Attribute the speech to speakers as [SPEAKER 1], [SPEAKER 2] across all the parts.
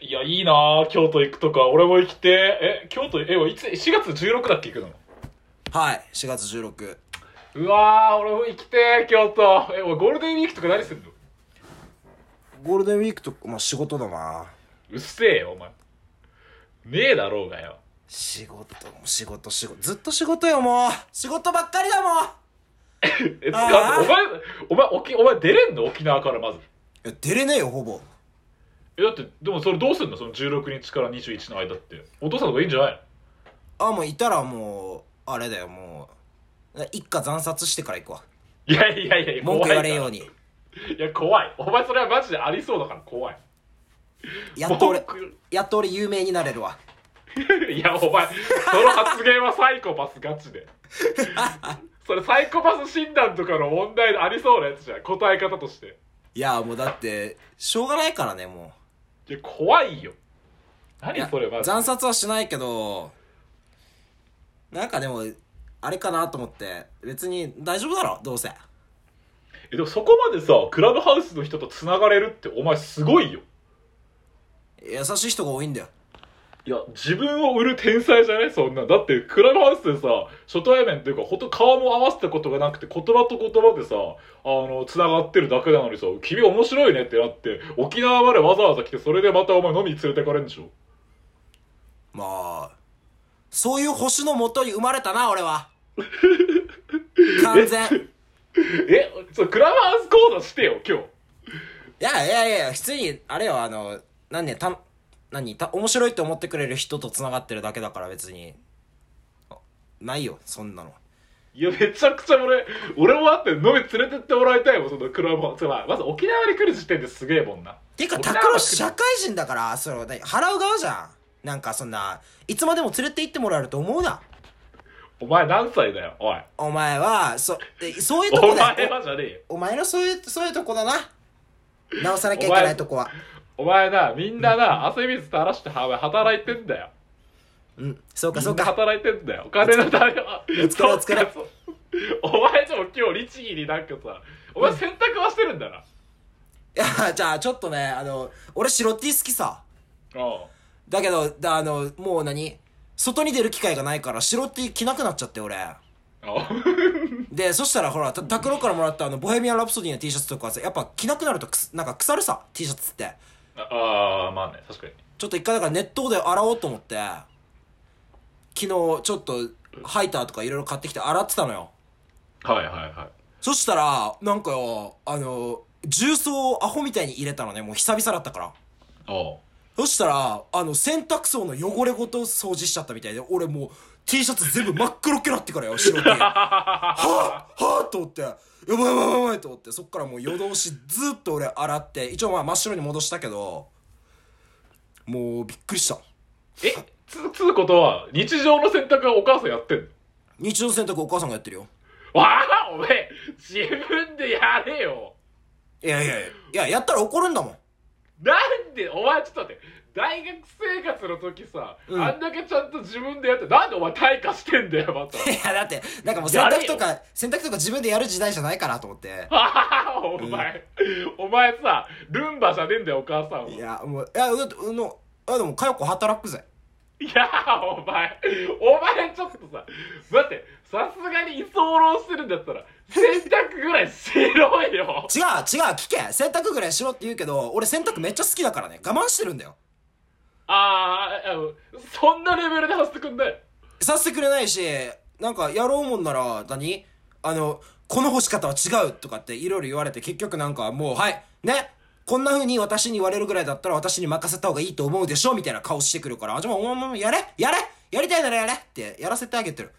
[SPEAKER 1] いや、いいなぁ京都行くとか、俺も行きてえ、京都、え、いつ、4月16だっけ行くの
[SPEAKER 2] はい4月16
[SPEAKER 1] うわぁ、俺も行きて京都。え、俺ゴールデンウィークとか何すんの
[SPEAKER 2] ゴールデンウィークとまあ仕事だな
[SPEAKER 1] うっせえよ、お前。ねえだろうがよ。
[SPEAKER 2] 仕事仕事仕事ずっと仕事よもう仕事ばっかりだもん
[SPEAKER 1] え、つ
[SPEAKER 2] あ
[SPEAKER 1] か、お
[SPEAKER 2] ー
[SPEAKER 1] 前、お前、沖、お前出れんの沖縄からまず。
[SPEAKER 2] いや出れねえよほぼ
[SPEAKER 1] え、だって、でもそれどうすんのその16日から21の間って。お父さんとかいいんじゃないの
[SPEAKER 2] あもういたらもうあれだよもう一家惨殺してから行くわ
[SPEAKER 1] いやいやいやいや、
[SPEAKER 2] 文
[SPEAKER 1] 怖い
[SPEAKER 2] 句言
[SPEAKER 1] から。
[SPEAKER 2] われんよう
[SPEAKER 1] い
[SPEAKER 2] に
[SPEAKER 1] や、怖い。お前それはマジでありそうだから怖い。
[SPEAKER 2] やっと俺
[SPEAKER 1] 文句
[SPEAKER 2] やっと俺有名になれるわ
[SPEAKER 1] いや、お前、その発言はサイコパスガチで。それサイコパス診断とかの問題でありそうなやつじゃん。答え方として。
[SPEAKER 2] いやもうだってしょうがないからねも
[SPEAKER 1] いや、怖いよ。
[SPEAKER 2] うい
[SPEAKER 1] 何
[SPEAKER 2] や
[SPEAKER 1] それ、マジで。
[SPEAKER 2] 惨殺はしないけどなんかでもあれかなと思って別に大丈夫だろどうせ
[SPEAKER 1] えでもそこまでさ、クラブハウスの人と繋がれるって、お前すごいよ。
[SPEAKER 2] 優しい人が多いんだよ
[SPEAKER 1] いや、自分を売る天才じゃねそんなん。だって、クラブハウスでさ、初対面というか、ほんと顔も合わせたことがなくて、言葉と言葉でさ、あの、繋がってるだけなのにさ、君面白いねってなって、沖縄までわざわざ来て、それでまたお前飲みに連れてかれるんでしょ
[SPEAKER 2] まあそういう星のもとに生まれたな 俺は完全
[SPEAKER 1] え、そう、クラブハウス講座してよ、今日。
[SPEAKER 2] いやいやいや、普通に、あれよ、あの、何ね、た、何、た、面白いって思ってくれる人と繋がってるだけだから別に。あないよ、そんなの。
[SPEAKER 1] いや、めちゃくちゃ俺、俺もあって飲み連れてってもらいたいもん、そのクラブハウス。まあまず沖縄に来る時点ですげえもんな。
[SPEAKER 2] ていうか、
[SPEAKER 1] 沖縄
[SPEAKER 2] 拓郎
[SPEAKER 1] は来る
[SPEAKER 2] 社会人だから、それは、何払う側じゃん。なんかそんな、いつまでも連れて行ってもらえると思うな。
[SPEAKER 1] お前何歳だよ、おい。
[SPEAKER 2] お前は、そ、えそういうと
[SPEAKER 1] お
[SPEAKER 2] こだ
[SPEAKER 1] 前
[SPEAKER 2] よ。
[SPEAKER 1] はじゃねえよ。
[SPEAKER 2] おお前のそういう、そういうとこだな。直さなきゃいけないとこは。
[SPEAKER 1] お前な、みんなな、汗水垂らしては働いてんだよ。
[SPEAKER 2] うん、そうか
[SPEAKER 1] み
[SPEAKER 2] そうん
[SPEAKER 1] な
[SPEAKER 2] か。
[SPEAKER 1] 働いてんだよ。お金のためは。お
[SPEAKER 2] 疲 れお疲れ
[SPEAKER 1] お前でも今日律儀になんかさ、お前洗濯はしてるんだな。
[SPEAKER 2] いや、じゃあちょっとね、あの、俺白 T 好きさ。
[SPEAKER 1] うん。
[SPEAKER 2] だけど、だあの、もう何外に出る機会がないから、白 T 着なくなっちゃって、俺。
[SPEAKER 1] うん
[SPEAKER 2] で、そしたらほら、た拓郎からもらったあの、ボヘミアン・ラプソディの T シャツとかさ、やっぱ着なくなるとくす、なんか腐るさ、T シャツって。
[SPEAKER 1] ああ、まあね、確かに。
[SPEAKER 2] ちょっと一回だから熱湯で洗おうと思って、昨日ちょっと、ハイターとかいろいろ買ってきて洗ってたのよ。
[SPEAKER 1] はいはいはい。
[SPEAKER 2] そしたら、なんかよ、あの、重曹をアホみたいに入れたのね、もう久々だったから。
[SPEAKER 1] お う
[SPEAKER 2] そしたら、あの、洗濯槽の汚れごと掃除しちゃったみたいで、俺もう、T シャツ全部真っ黒けなってからよ、白 T。はぁはぁと思って、やばいやばいやばいやばいと思って、そっからもう夜通しずっと俺洗って、一応まあ真っ白に戻したけど、もうびっくりした。
[SPEAKER 1] え、つ、つうことは、日常の洗濯はお母さんやってんの
[SPEAKER 2] 日常の洗濯お母さんがやってるよ。
[SPEAKER 1] わあ、お前、自分でやれよ。
[SPEAKER 2] いやいやいや、いや、やったら怒るんだ もん。
[SPEAKER 1] なんで、お前ちょっと待って、大学生活の時さ、
[SPEAKER 2] うん
[SPEAKER 1] あんだけちゃんと自分でやって、なんでお前退化してんだよ、 また。
[SPEAKER 2] いや、だって、なんかもう洗濯とか、洗濯とか自分でやる時代じゃないかなと思って。
[SPEAKER 1] ああお前、お前さ、ルンバじゃねえんだよ、お母さんは。
[SPEAKER 2] い
[SPEAKER 1] いや、
[SPEAKER 2] や、もう、いや、だって、あの、あ、でも、かよこ働くぜ。
[SPEAKER 1] お前、お前ちょっとさ、待って、さすがに居候してるんだったら、洗濯ぐらいしろよ。
[SPEAKER 2] 違う違う聞け洗濯ぐらいしろって言うけど俺洗濯めっちゃ好きだからね我慢してるんだよ
[SPEAKER 1] あーあの、そんなレベルで走ってくん だよ。
[SPEAKER 2] させてくれないしなんかやろうもんなら何あのこの干し方は違うとかっていろいろ言われて結局なんかもうはいねこんな風に私に言われるぐらいだったら私に任せた方がいいと思うでしょみたいな顔してくるからあじゃあお前もやれやれやりたいならやれってやらせてあげてる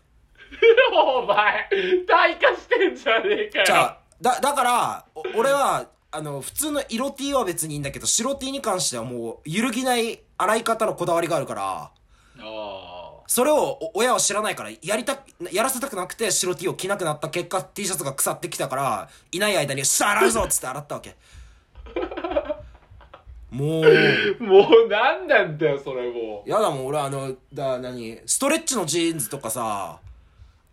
[SPEAKER 1] お前、退化してんじゃねえかよ。
[SPEAKER 2] じゃあだだからお俺はあの普通の色 T は別にいいんだけど白 T に関してはもう揺るぎない洗い方のこだわりがあるから
[SPEAKER 1] あ
[SPEAKER 2] それをお親は知らないからやりたくやらせたくなくて白 T を着なくなった結果 T シャツが腐ってきたからいない間に「しゃ洗うぞ!」っつって洗ったわけもう
[SPEAKER 1] あ。もう何なんだよ、それも
[SPEAKER 2] やだもん俺あのだ何ストレッチのジーンズとかさ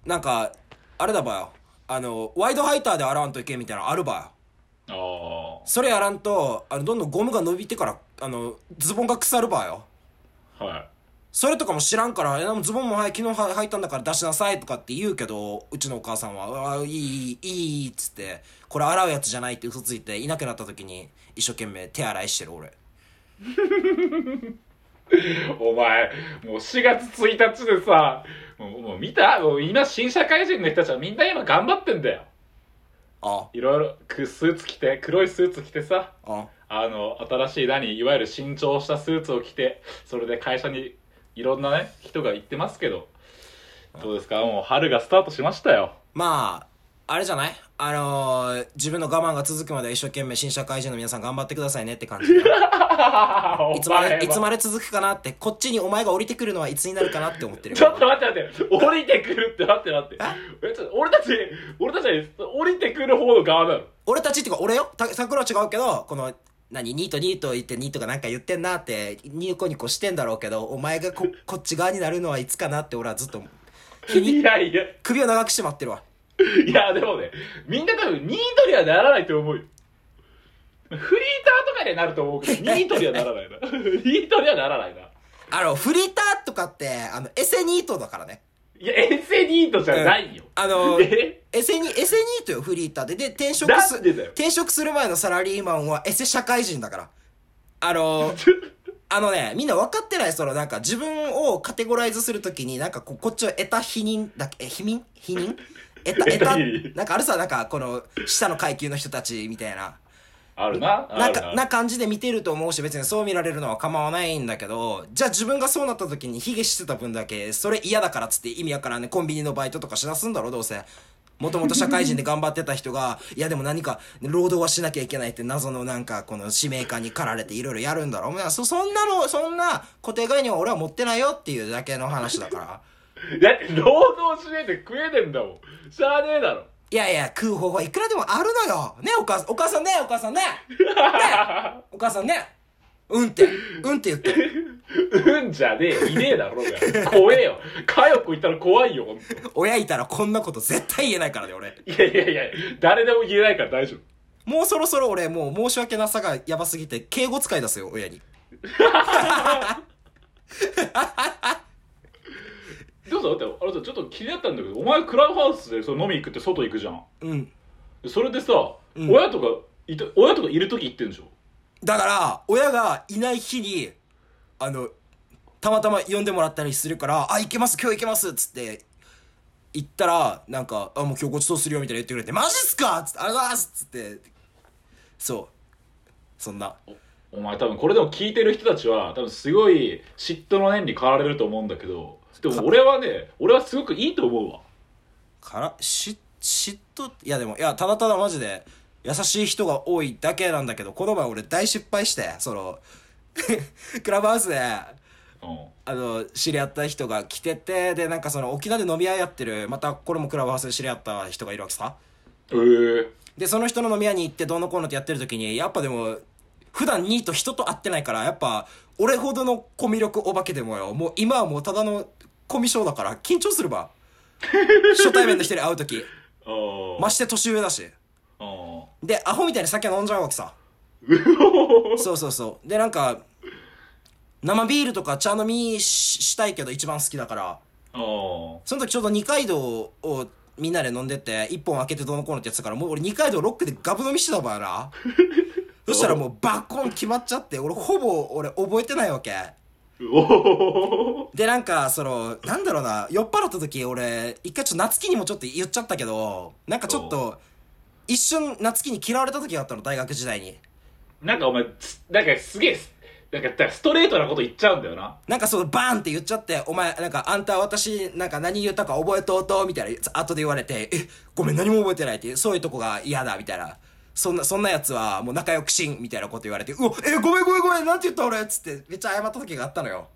[SPEAKER 2] なんかあれだばよあのワイドハイターで洗わんといけんみたいなのあるばよ
[SPEAKER 1] う。ああ。
[SPEAKER 2] それやらんとあのどんどんゴムが伸びてからあのズボンが腐るばよ
[SPEAKER 1] は
[SPEAKER 2] それとかも知らんから「えズボンもはい昨日は履いたんだから出しなさい」とかって言うけどうちのお母さんは「うわいいいいいい」っつってこれ洗うやつじゃないって嘘ついていなくなった時に一生懸命手洗いしてる俺
[SPEAKER 1] い。お前、もう4月1日でさ、もうもう見たもう今新社会人の人たちはみんな今頑張ってんだよ。
[SPEAKER 2] あ
[SPEAKER 1] いろいろくスーツ着て、黒いスーツ着てさ、
[SPEAKER 2] あ
[SPEAKER 1] あの、新しい何、いわゆる新調したスーツを着て、それで会社にいろんなね、人が行ってますけど、どうですかもう春がスタートしましたよ。
[SPEAKER 2] まああれじゃないあのー自分の我慢が続くまで一生懸命新社会人の皆さん頑張ってくださいねって感じで いつまでいつまで続くかなってこっちにお前が降りてくるのはいつになるかなって思ってる
[SPEAKER 1] ちょっと待って待って、降りてくるって待って待 って。えちょっと俺たち、俺たちは降りてくる方の側なの。
[SPEAKER 2] 俺たちっていうか俺よた桜は違うけどこの何ニートニート言ってニートがなんか言ってんなってニコニコしてんだろうけどお前がここっち側になるのはいつかなって俺はずっと日に
[SPEAKER 1] いやいや、
[SPEAKER 2] 首を長くして待ってるわ
[SPEAKER 1] いやでもね、みんな多分ニートにはならないと思うよ。フリーターとかにはなると思うけど、ニートにはなら ないな。ニートにはならないな。
[SPEAKER 2] あのフリーターとかってあのエセニートだからね
[SPEAKER 1] いや、エセニートじゃないよ。
[SPEAKER 2] あの
[SPEAKER 1] え
[SPEAKER 2] エセニエセニートよフリーターでで転職す
[SPEAKER 1] なんでだよ
[SPEAKER 2] 転職する前のサラリーマンはエセ社会人だからあ のあのねみんな分かってないそのなんか自分をカテゴライズするときになんかこうこっちを得た否認だっけえ否認否認得た
[SPEAKER 1] 得
[SPEAKER 2] 得
[SPEAKER 1] た
[SPEAKER 2] た
[SPEAKER 1] 否認
[SPEAKER 2] なんかあるさなんかこの下の階級の人たちみたいな
[SPEAKER 1] あるな。あ
[SPEAKER 2] なん
[SPEAKER 1] る
[SPEAKER 2] かな感じで見てると思うし別にそう見られるのは構わないんだけどじゃあ自分がそうなった時にヒゲしてた分だけそれ嫌だからっつって意味わからんねコンビニのバイトとかしだすんだろどうせもともと社会人で頑張ってた人がいやでも何か労働はしなきゃいけないって謎のなんかこの使命感に駆られていろいろやるんだろお前そそんなのそんな固定概念は俺は持ってないよっていうだけの話だから
[SPEAKER 1] だって労働しねえで食えねえんだもん。しゃあねえだろ。
[SPEAKER 2] いやいや食う方法はいくらでもあるのよねお母さんお母さんねお母さんねねお母さんねうんってうんって言って
[SPEAKER 1] うんじゃねえ。いねえだろうが。怖えよ。かよこ行ったら怖いよ、ほんと。
[SPEAKER 2] 親いたらこんなこと絶対言えないからね俺
[SPEAKER 1] いやいやいや、誰でも言えないから大丈夫。
[SPEAKER 2] もうそろそろ俺もう申し訳なさがやばすぎて敬語使い出すよ親に
[SPEAKER 1] でもさ、だって、あれさ、ちょっと気になったんだけど、お前クラブハウスでその飲み行くって外行くじゃん。
[SPEAKER 2] うん
[SPEAKER 1] それでさ、
[SPEAKER 2] うん
[SPEAKER 1] 親とかいた、親とかいる時行ってんでしょ
[SPEAKER 2] だから親がいない日にあのたまたま呼んでもらったりするから「あ行けます今日行けます」っつって行ったらなんか「あもう今日ごちそうするよ」みたいな言ってくれて「マジっすか!」っつって「ありがとうございます!」っつってそうそんな
[SPEAKER 1] お前多分これでも聞いてる人たちは多分すごい嫉妬の念に駆られると思うんだけど、でも俺はね、俺はすごくいいと思うわ。
[SPEAKER 2] からし嫉妬いやでもいやただただマジで優しい人が多いだけなんだけどこの前俺大失敗してその クラブハウスであ
[SPEAKER 1] うん。
[SPEAKER 2] の知り合った人が来ててでなんかその沖縄で飲み屋やってるまたこれもクラブハウスで知り合った人がいるわけさ
[SPEAKER 1] ええー。
[SPEAKER 2] でその人の飲み屋に行ってどうのこうのってやってる時にやっぱでも普段ニート人と会ってないからやっぱ俺ほどのコミュ力お化けでもよもう今はもうただのコミュ障だから緊張するば初対面の人に会う時
[SPEAKER 1] あー
[SPEAKER 2] まして年上だし
[SPEAKER 1] あ ー。
[SPEAKER 2] でアホみたいに酒飲んじゃうわけさそうそうそうでなんか生ビールとか茶飲みししたいけど一番好きだから
[SPEAKER 1] ああ。
[SPEAKER 2] その時ちょうど二階堂をみんなで飲んでて一本開けてどうのこうのってやってたからもう俺二階堂ロックでガブ飲みしてたばやなそしたらもうバコン決まっちゃって俺ほぼ俺覚えてないわけ
[SPEAKER 1] お
[SPEAKER 2] でなんかそのなんだろうな酔っ払った時俺一回ちょっと夏希にもちょっと言っちゃったけどなんかちょっと一瞬夏希に嫌われた時があったの大学時代に
[SPEAKER 1] なんかお前つなんかすげえなんかだからストレートなこと言っちゃうんだよな
[SPEAKER 2] なんかそのバーンって言っちゃって、お前、なんかあんた私、なんか何言ったか覚えとうと、みたいな、後で言われて、え、ごめん何も覚えてないっていう、そういうとこが嫌だ、みたいな。そんな、そんなやつはもう仲良くしん、みたいなこと言われて、うお、え、ごめんごめんごめん、なんて言った俺つって、めっちゃ謝った時があったのよ。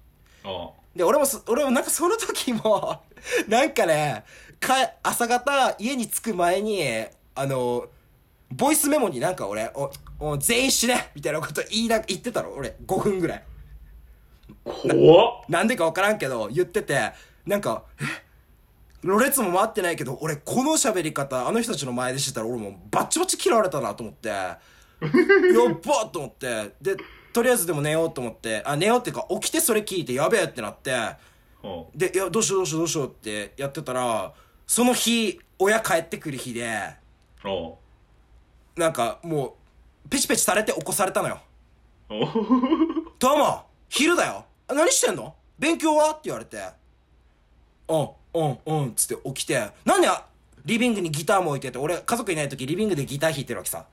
[SPEAKER 1] あ
[SPEAKER 2] で、俺もそ、俺もなんかその時も、 なんかね、か、朝方、家に着く前に、あの、ボイスメモになんか俺、お、お全員死ねみたいなこと言いな、言ってたの俺、5分ぐらい。
[SPEAKER 1] 怖っ
[SPEAKER 2] なんでか分からんけど言っててなんか「えろれつも回ってないけど俺この喋り方あの人たちの前でしてたら俺もうバッチバチ嫌われたな」と思ってやっばと思ってでとりあえずでも寝ようと思って、あ、寝ようっていうか、起きてそれ聞いて、やべえってなって、
[SPEAKER 1] うん
[SPEAKER 2] で、いや、どうしようどうしようどうしようってやってたら、その日、親帰ってくる日で、
[SPEAKER 1] うん
[SPEAKER 2] なんかもう、ペチペチされて起こされたのよ。
[SPEAKER 1] お
[SPEAKER 2] どうも、昼だよ。あ何してんの勉強はって言われて。うん、うん、うん、つって起きて。なんで、あリビングにギターも置いてて、俺、家族いない時、リビングでギター弾いてるわけさ。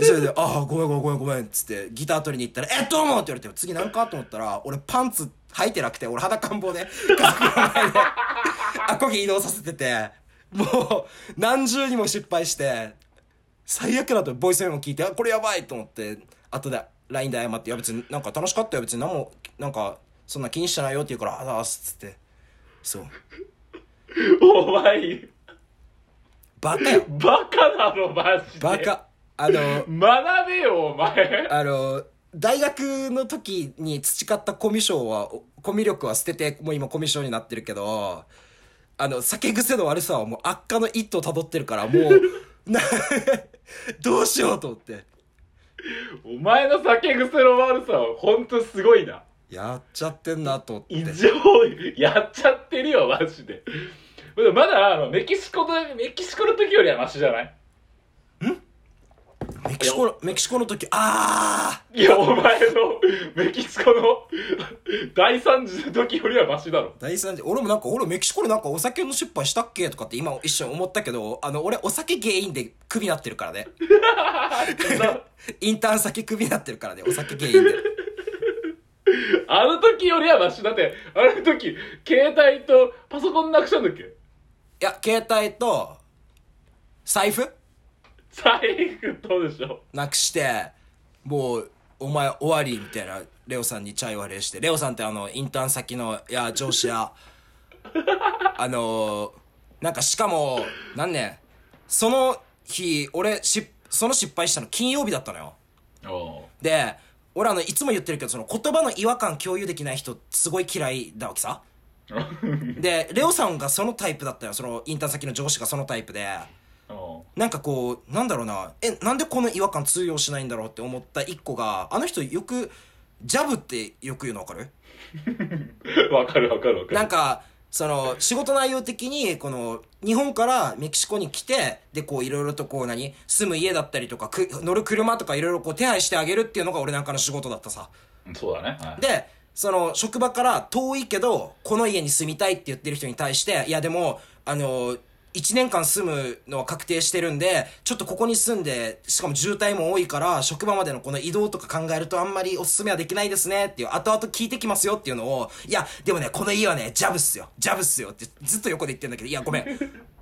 [SPEAKER 2] でそれで、ああ、ごめんごめんごめんごめん、つって、ギター取りに行ったら、え、どうもって言われて、次なんかと思ったら、俺パンツ履いてなくて、俺裸んぼで、家族の前で、アコギ移動させてて、もう、何重にも失敗して、最悪だとボイスメモ聞いて、あ、これやばいと思って、後で LINE で謝って、いや別になんか楽しかったよ、別に何も、なんか、そんな気にしてないよって言うから、あざーすっつって。そう。
[SPEAKER 1] お前
[SPEAKER 2] バ カよ。
[SPEAKER 1] バカなのマジで
[SPEAKER 2] バカ。あの、
[SPEAKER 1] 学べよお前
[SPEAKER 2] あの、大学の時に培ったコミュ障は、おコミュ力は捨てて、もう今コミュ障になってるけど、あの、酒癖の悪さはもう悪化の一途をたどってるから、もう、な、 どうしようと思って。
[SPEAKER 1] お前の酒癖の悪さは本当すごいな
[SPEAKER 2] やっちゃってんなと思って。
[SPEAKER 1] 異常やっちゃってるよマジででもまだあのメキシコのメキシコの時よりはマシじゃない
[SPEAKER 2] メキシコの、メキシコの時、あ
[SPEAKER 1] いやお前のメキシコの第三次の時よりはマシだ ろ
[SPEAKER 2] ー大惨事。俺もなんか、俺メキシコでなんかお酒の失敗したっけとかって今一瞬思ったけど、あの、俺お酒原因でクビになってるからね。インターン先クビになってるからね、お酒原因で。
[SPEAKER 1] あの時よりはマシだってあの時携帯とパソコンなくしたんだっけ
[SPEAKER 2] いや、携帯と、財布
[SPEAKER 1] 財布どうでしょ
[SPEAKER 2] なくして、もう、お前終わりみたいな、レオさんにチャイ割れして、レオさんってあの、インターン先の、いや、上司や、 あのーなんかしかも、なんね、その日、俺、し、その失敗したの金曜日だったのよ。
[SPEAKER 1] お
[SPEAKER 2] で、俺あの、いつも言ってるけど、その言葉の違和感共有できない人、すごい嫌いだわけさ。で、レオさんがそのタイプだったよ。その、インターン先の上司がそのタイプで。
[SPEAKER 1] お
[SPEAKER 2] なんかこうなんだろうなえなんでこの違和感通用しないんだろうって思った一個があの人よくジャブってよく言うの分かる
[SPEAKER 1] わかるわかるわかる
[SPEAKER 2] なんかその仕事内容的にこの日本からメキシコに来てでこういろいろとこう何住む家だったりとかく乗る車とかいろいろこう手配してあげるっていうのが俺なんかの仕事だったさ
[SPEAKER 1] そうだね、はい
[SPEAKER 2] でその職場から遠いけどこの家に住みたいって言ってる人に対していやでもあの1年間住むのは確定してるんでちょっとここに住んでしかも渋滞も多いから職場までのこの移動とか考えるとあんまりおすすめはできないですねっていう後々聞いてきますよっていうのをいやでもねこの家はねジャブっすよジャブっすよってずっと横で言ってんだけどいやごめん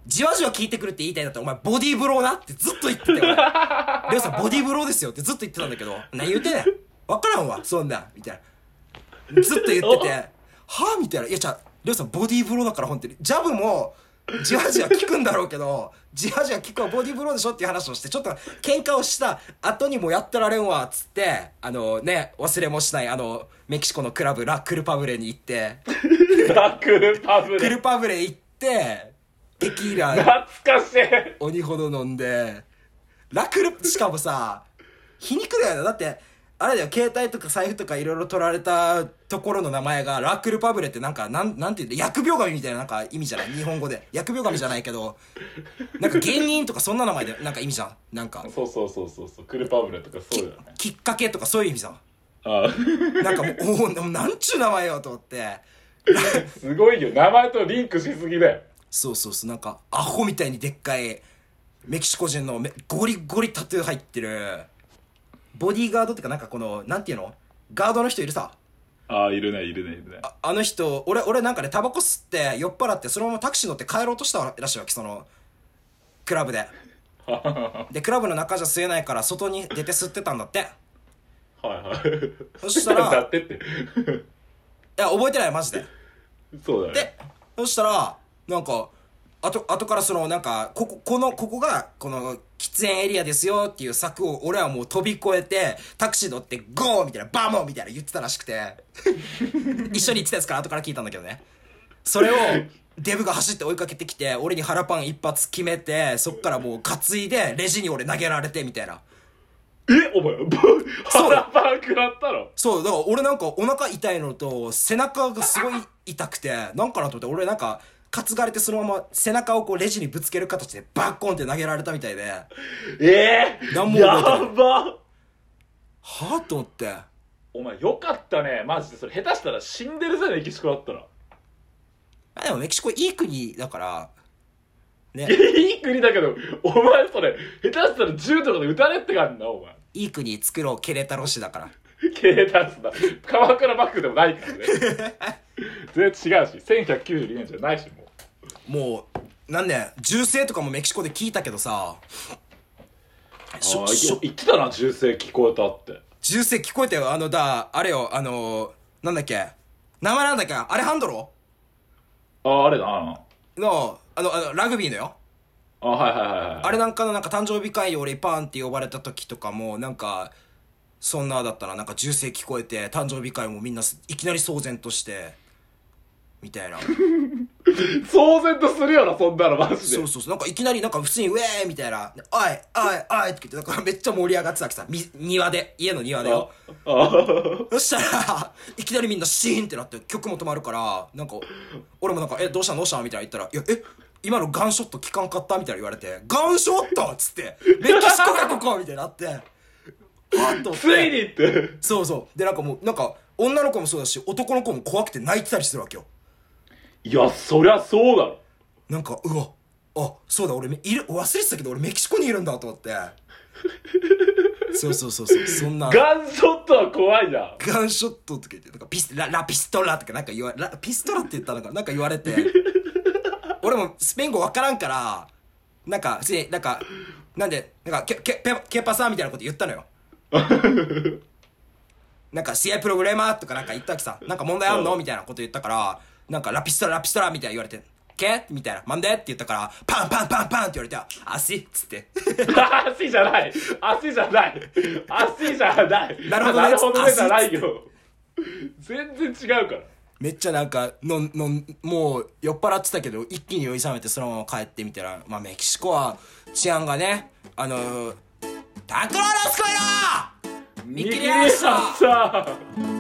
[SPEAKER 2] じわじわ聞いてくるって言いたいんだったらお前ボディーブローなってずっと言ってて俺レオさんボディーブローですよってずっと言ってたんだけど何言うてんねん分からんわそんなんみたいなずっと言ってて、はぁみたいな。いや、じゃあ、りょうさん、ボディーブローだから、本当に。ジャブも、じわじわ効くんだろうけど、じわじわ効くはボディーブローでしょっていう話をして、ちょっと喧嘩をした後にもやってられんわ、つって、あのね、忘れもしない、あの、メキシコのクラブ、ラ・クルパブレに行って、
[SPEAKER 1] ダークパブ
[SPEAKER 2] ク
[SPEAKER 1] で
[SPEAKER 2] ルパブレ行って、テキーラ
[SPEAKER 1] 懐かしい
[SPEAKER 2] 鬼ほど飲んで、ラ・クル、しかもさ、皮肉だよな。だって、あれだよ、携帯とか財布とかいろいろ取られたところの名前が、ラクルパブレってなんか、なん、なんて言うんだ、疫病神みたいななんか意味じゃない日本語で。疫病神じゃないけど、なんか芸人とかそんな名前で、なんか意味じゃん。なんか、
[SPEAKER 1] そうそうそうそうそうクルパブレとかそうだよね
[SPEAKER 2] きっかけとかそういう意味じゃん。
[SPEAKER 1] ああ
[SPEAKER 2] なんかもう、おお、でもなんちゅう名前よ、と思って。
[SPEAKER 1] すごいよ名前とリンクしすぎだよ
[SPEAKER 2] そうそうそう、なんか、アホみたいにでっかい、メキシコ人のめゴリゴリタトゥー入ってる、ボディーガードっていうか、なんかこの、なんていうのガードの人いるさ。
[SPEAKER 1] ああいるねいるねいるね
[SPEAKER 2] ああの人、俺、俺なんかね、タバコ吸って、酔っ払って、そのままタクシー乗って帰ろうとしたらしいわけ、その、クラブで。
[SPEAKER 1] は
[SPEAKER 2] で、クラブの中じゃ吸えないから、外に出て吸ってたんだって。
[SPEAKER 1] いはい
[SPEAKER 2] そした ら
[SPEAKER 1] だってって
[SPEAKER 2] いや、覚えてない、マジで。
[SPEAKER 1] そうだね
[SPEAKER 2] でそしたらなんかあと後からそのなんかこここのここがこの喫煙エリアですよっていう柵を俺はもう飛び越えてタクシー乗ってゴーみたいなバモンみたいな言ってたらしくて一緒に行ってたやつから後から聞いたんだけどねそれをデブが走って追いかけてきて俺に腹パン一発決めてそっからもう担いでレジに俺投げられてみたいな
[SPEAKER 1] えお前、
[SPEAKER 2] そう
[SPEAKER 1] 腹パン食らったの
[SPEAKER 2] そう、だから俺なんかお腹痛いのと、背中がすごい痛くて、なんかなと思って、俺なんか、担がれてそのまま背中をこうレジにぶつける形でバッコンって投げられたみたいで、は
[SPEAKER 1] ええ
[SPEAKER 2] なんも覚えてない
[SPEAKER 1] やば
[SPEAKER 2] ぁと思って。
[SPEAKER 1] お前よかったね、マジで。それ下手したら死んでるぜ、メキシコだったら。
[SPEAKER 2] あでもメキシコいい国だから、ね、
[SPEAKER 1] いい国だけど、お前それ、下手したら銃とかで撃たれってかんな、お前。
[SPEAKER 2] いい国作ろう、ケレタロ市だから。
[SPEAKER 1] 経営タンスだ。鎌倉幕府でもないから ね。全然違うし、1192年じゃないし、もう。
[SPEAKER 2] もう、なんね、銃声とかもメキシコで聞いたけどさ、し
[SPEAKER 1] あ
[SPEAKER 2] ょ
[SPEAKER 1] ー
[SPEAKER 2] しょ
[SPEAKER 1] 言ってたな、銃声聞こえたって。
[SPEAKER 2] 銃声聞こえたよ、あの、だ、あれよ、あの、なんだっけ、名前なんだっけ、アレハンドロ
[SPEAKER 1] ああ、あれだな。
[SPEAKER 2] の、あの、あの、ラグビーのよ。
[SPEAKER 1] あーはいはいはいはい。
[SPEAKER 2] あれなんかのなんか誕生日会俺パンって呼ばれた時とかもなんかそんなだったらなんか銃声聞こえて誕生日会もみんないきなり騒然としてみたいな
[SPEAKER 1] 騒然とするよな、そんなの、マジで
[SPEAKER 2] そう。そうそうなんかいきなりなんか普通に「ウェーイ!」みたいな「おいおいおい!」って言ってなんかめっちゃ盛り上がってたわけさみ庭で家の庭でよ
[SPEAKER 1] あー
[SPEAKER 2] そしたらいきなりみんなシーンってなって曲も止まるからなんか俺もなんか「えどうしたのどうしたの?」みたいな言ったら「いやえ今のガンショット効かんかった?」みたいな言われて「ガンショット!」っつって「メキシコがここ!」みたいになってはっと思って
[SPEAKER 1] ついにって。
[SPEAKER 2] そうそうでなんかもうなんか女の子もそうだし男の子も怖くて泣いてたりするわけよ
[SPEAKER 1] いや、そりゃそうだろ。
[SPEAKER 2] なんかうわあそうだ俺いる忘れてたけど俺メキシコにいるんだと思ってそうそうそうそうそんな
[SPEAKER 1] ガンショットは怖いじゃん。
[SPEAKER 2] ガンショットとか言って、なんかピスラ、ラピストラとかなんか言わラ、ピストラって言ったのか、なんか言われて、俺もスペイン語わからんから、なんか、普通になんか、なんで、なんか、ケ、ケ、ペケパさんみたいなこと言ったのよ。なんか、試合プログラマーとかなんか言ったわけさ、なんか問題あんのみたいなこと言ったから、なんか、ラピストラ、ラピストラみたいな言われて、ケみたいな、なんでって言ったから、パンパンパンパンって言われて、足っつって。
[SPEAKER 1] 足じゃない足じゃない足じゃない
[SPEAKER 2] なるほど
[SPEAKER 1] な
[SPEAKER 2] ね
[SPEAKER 1] るほどね
[SPEAKER 2] 足
[SPEAKER 1] じゃないよ全然違うから
[SPEAKER 2] めっちゃなんかのんのんもう酔っ払ってたけど一気に酔い覚めてそのまま帰ってみたら、まあ、メキシコは治安がねあのー「タクロロスコイロ!」見切り発車
[SPEAKER 1] 見切り発車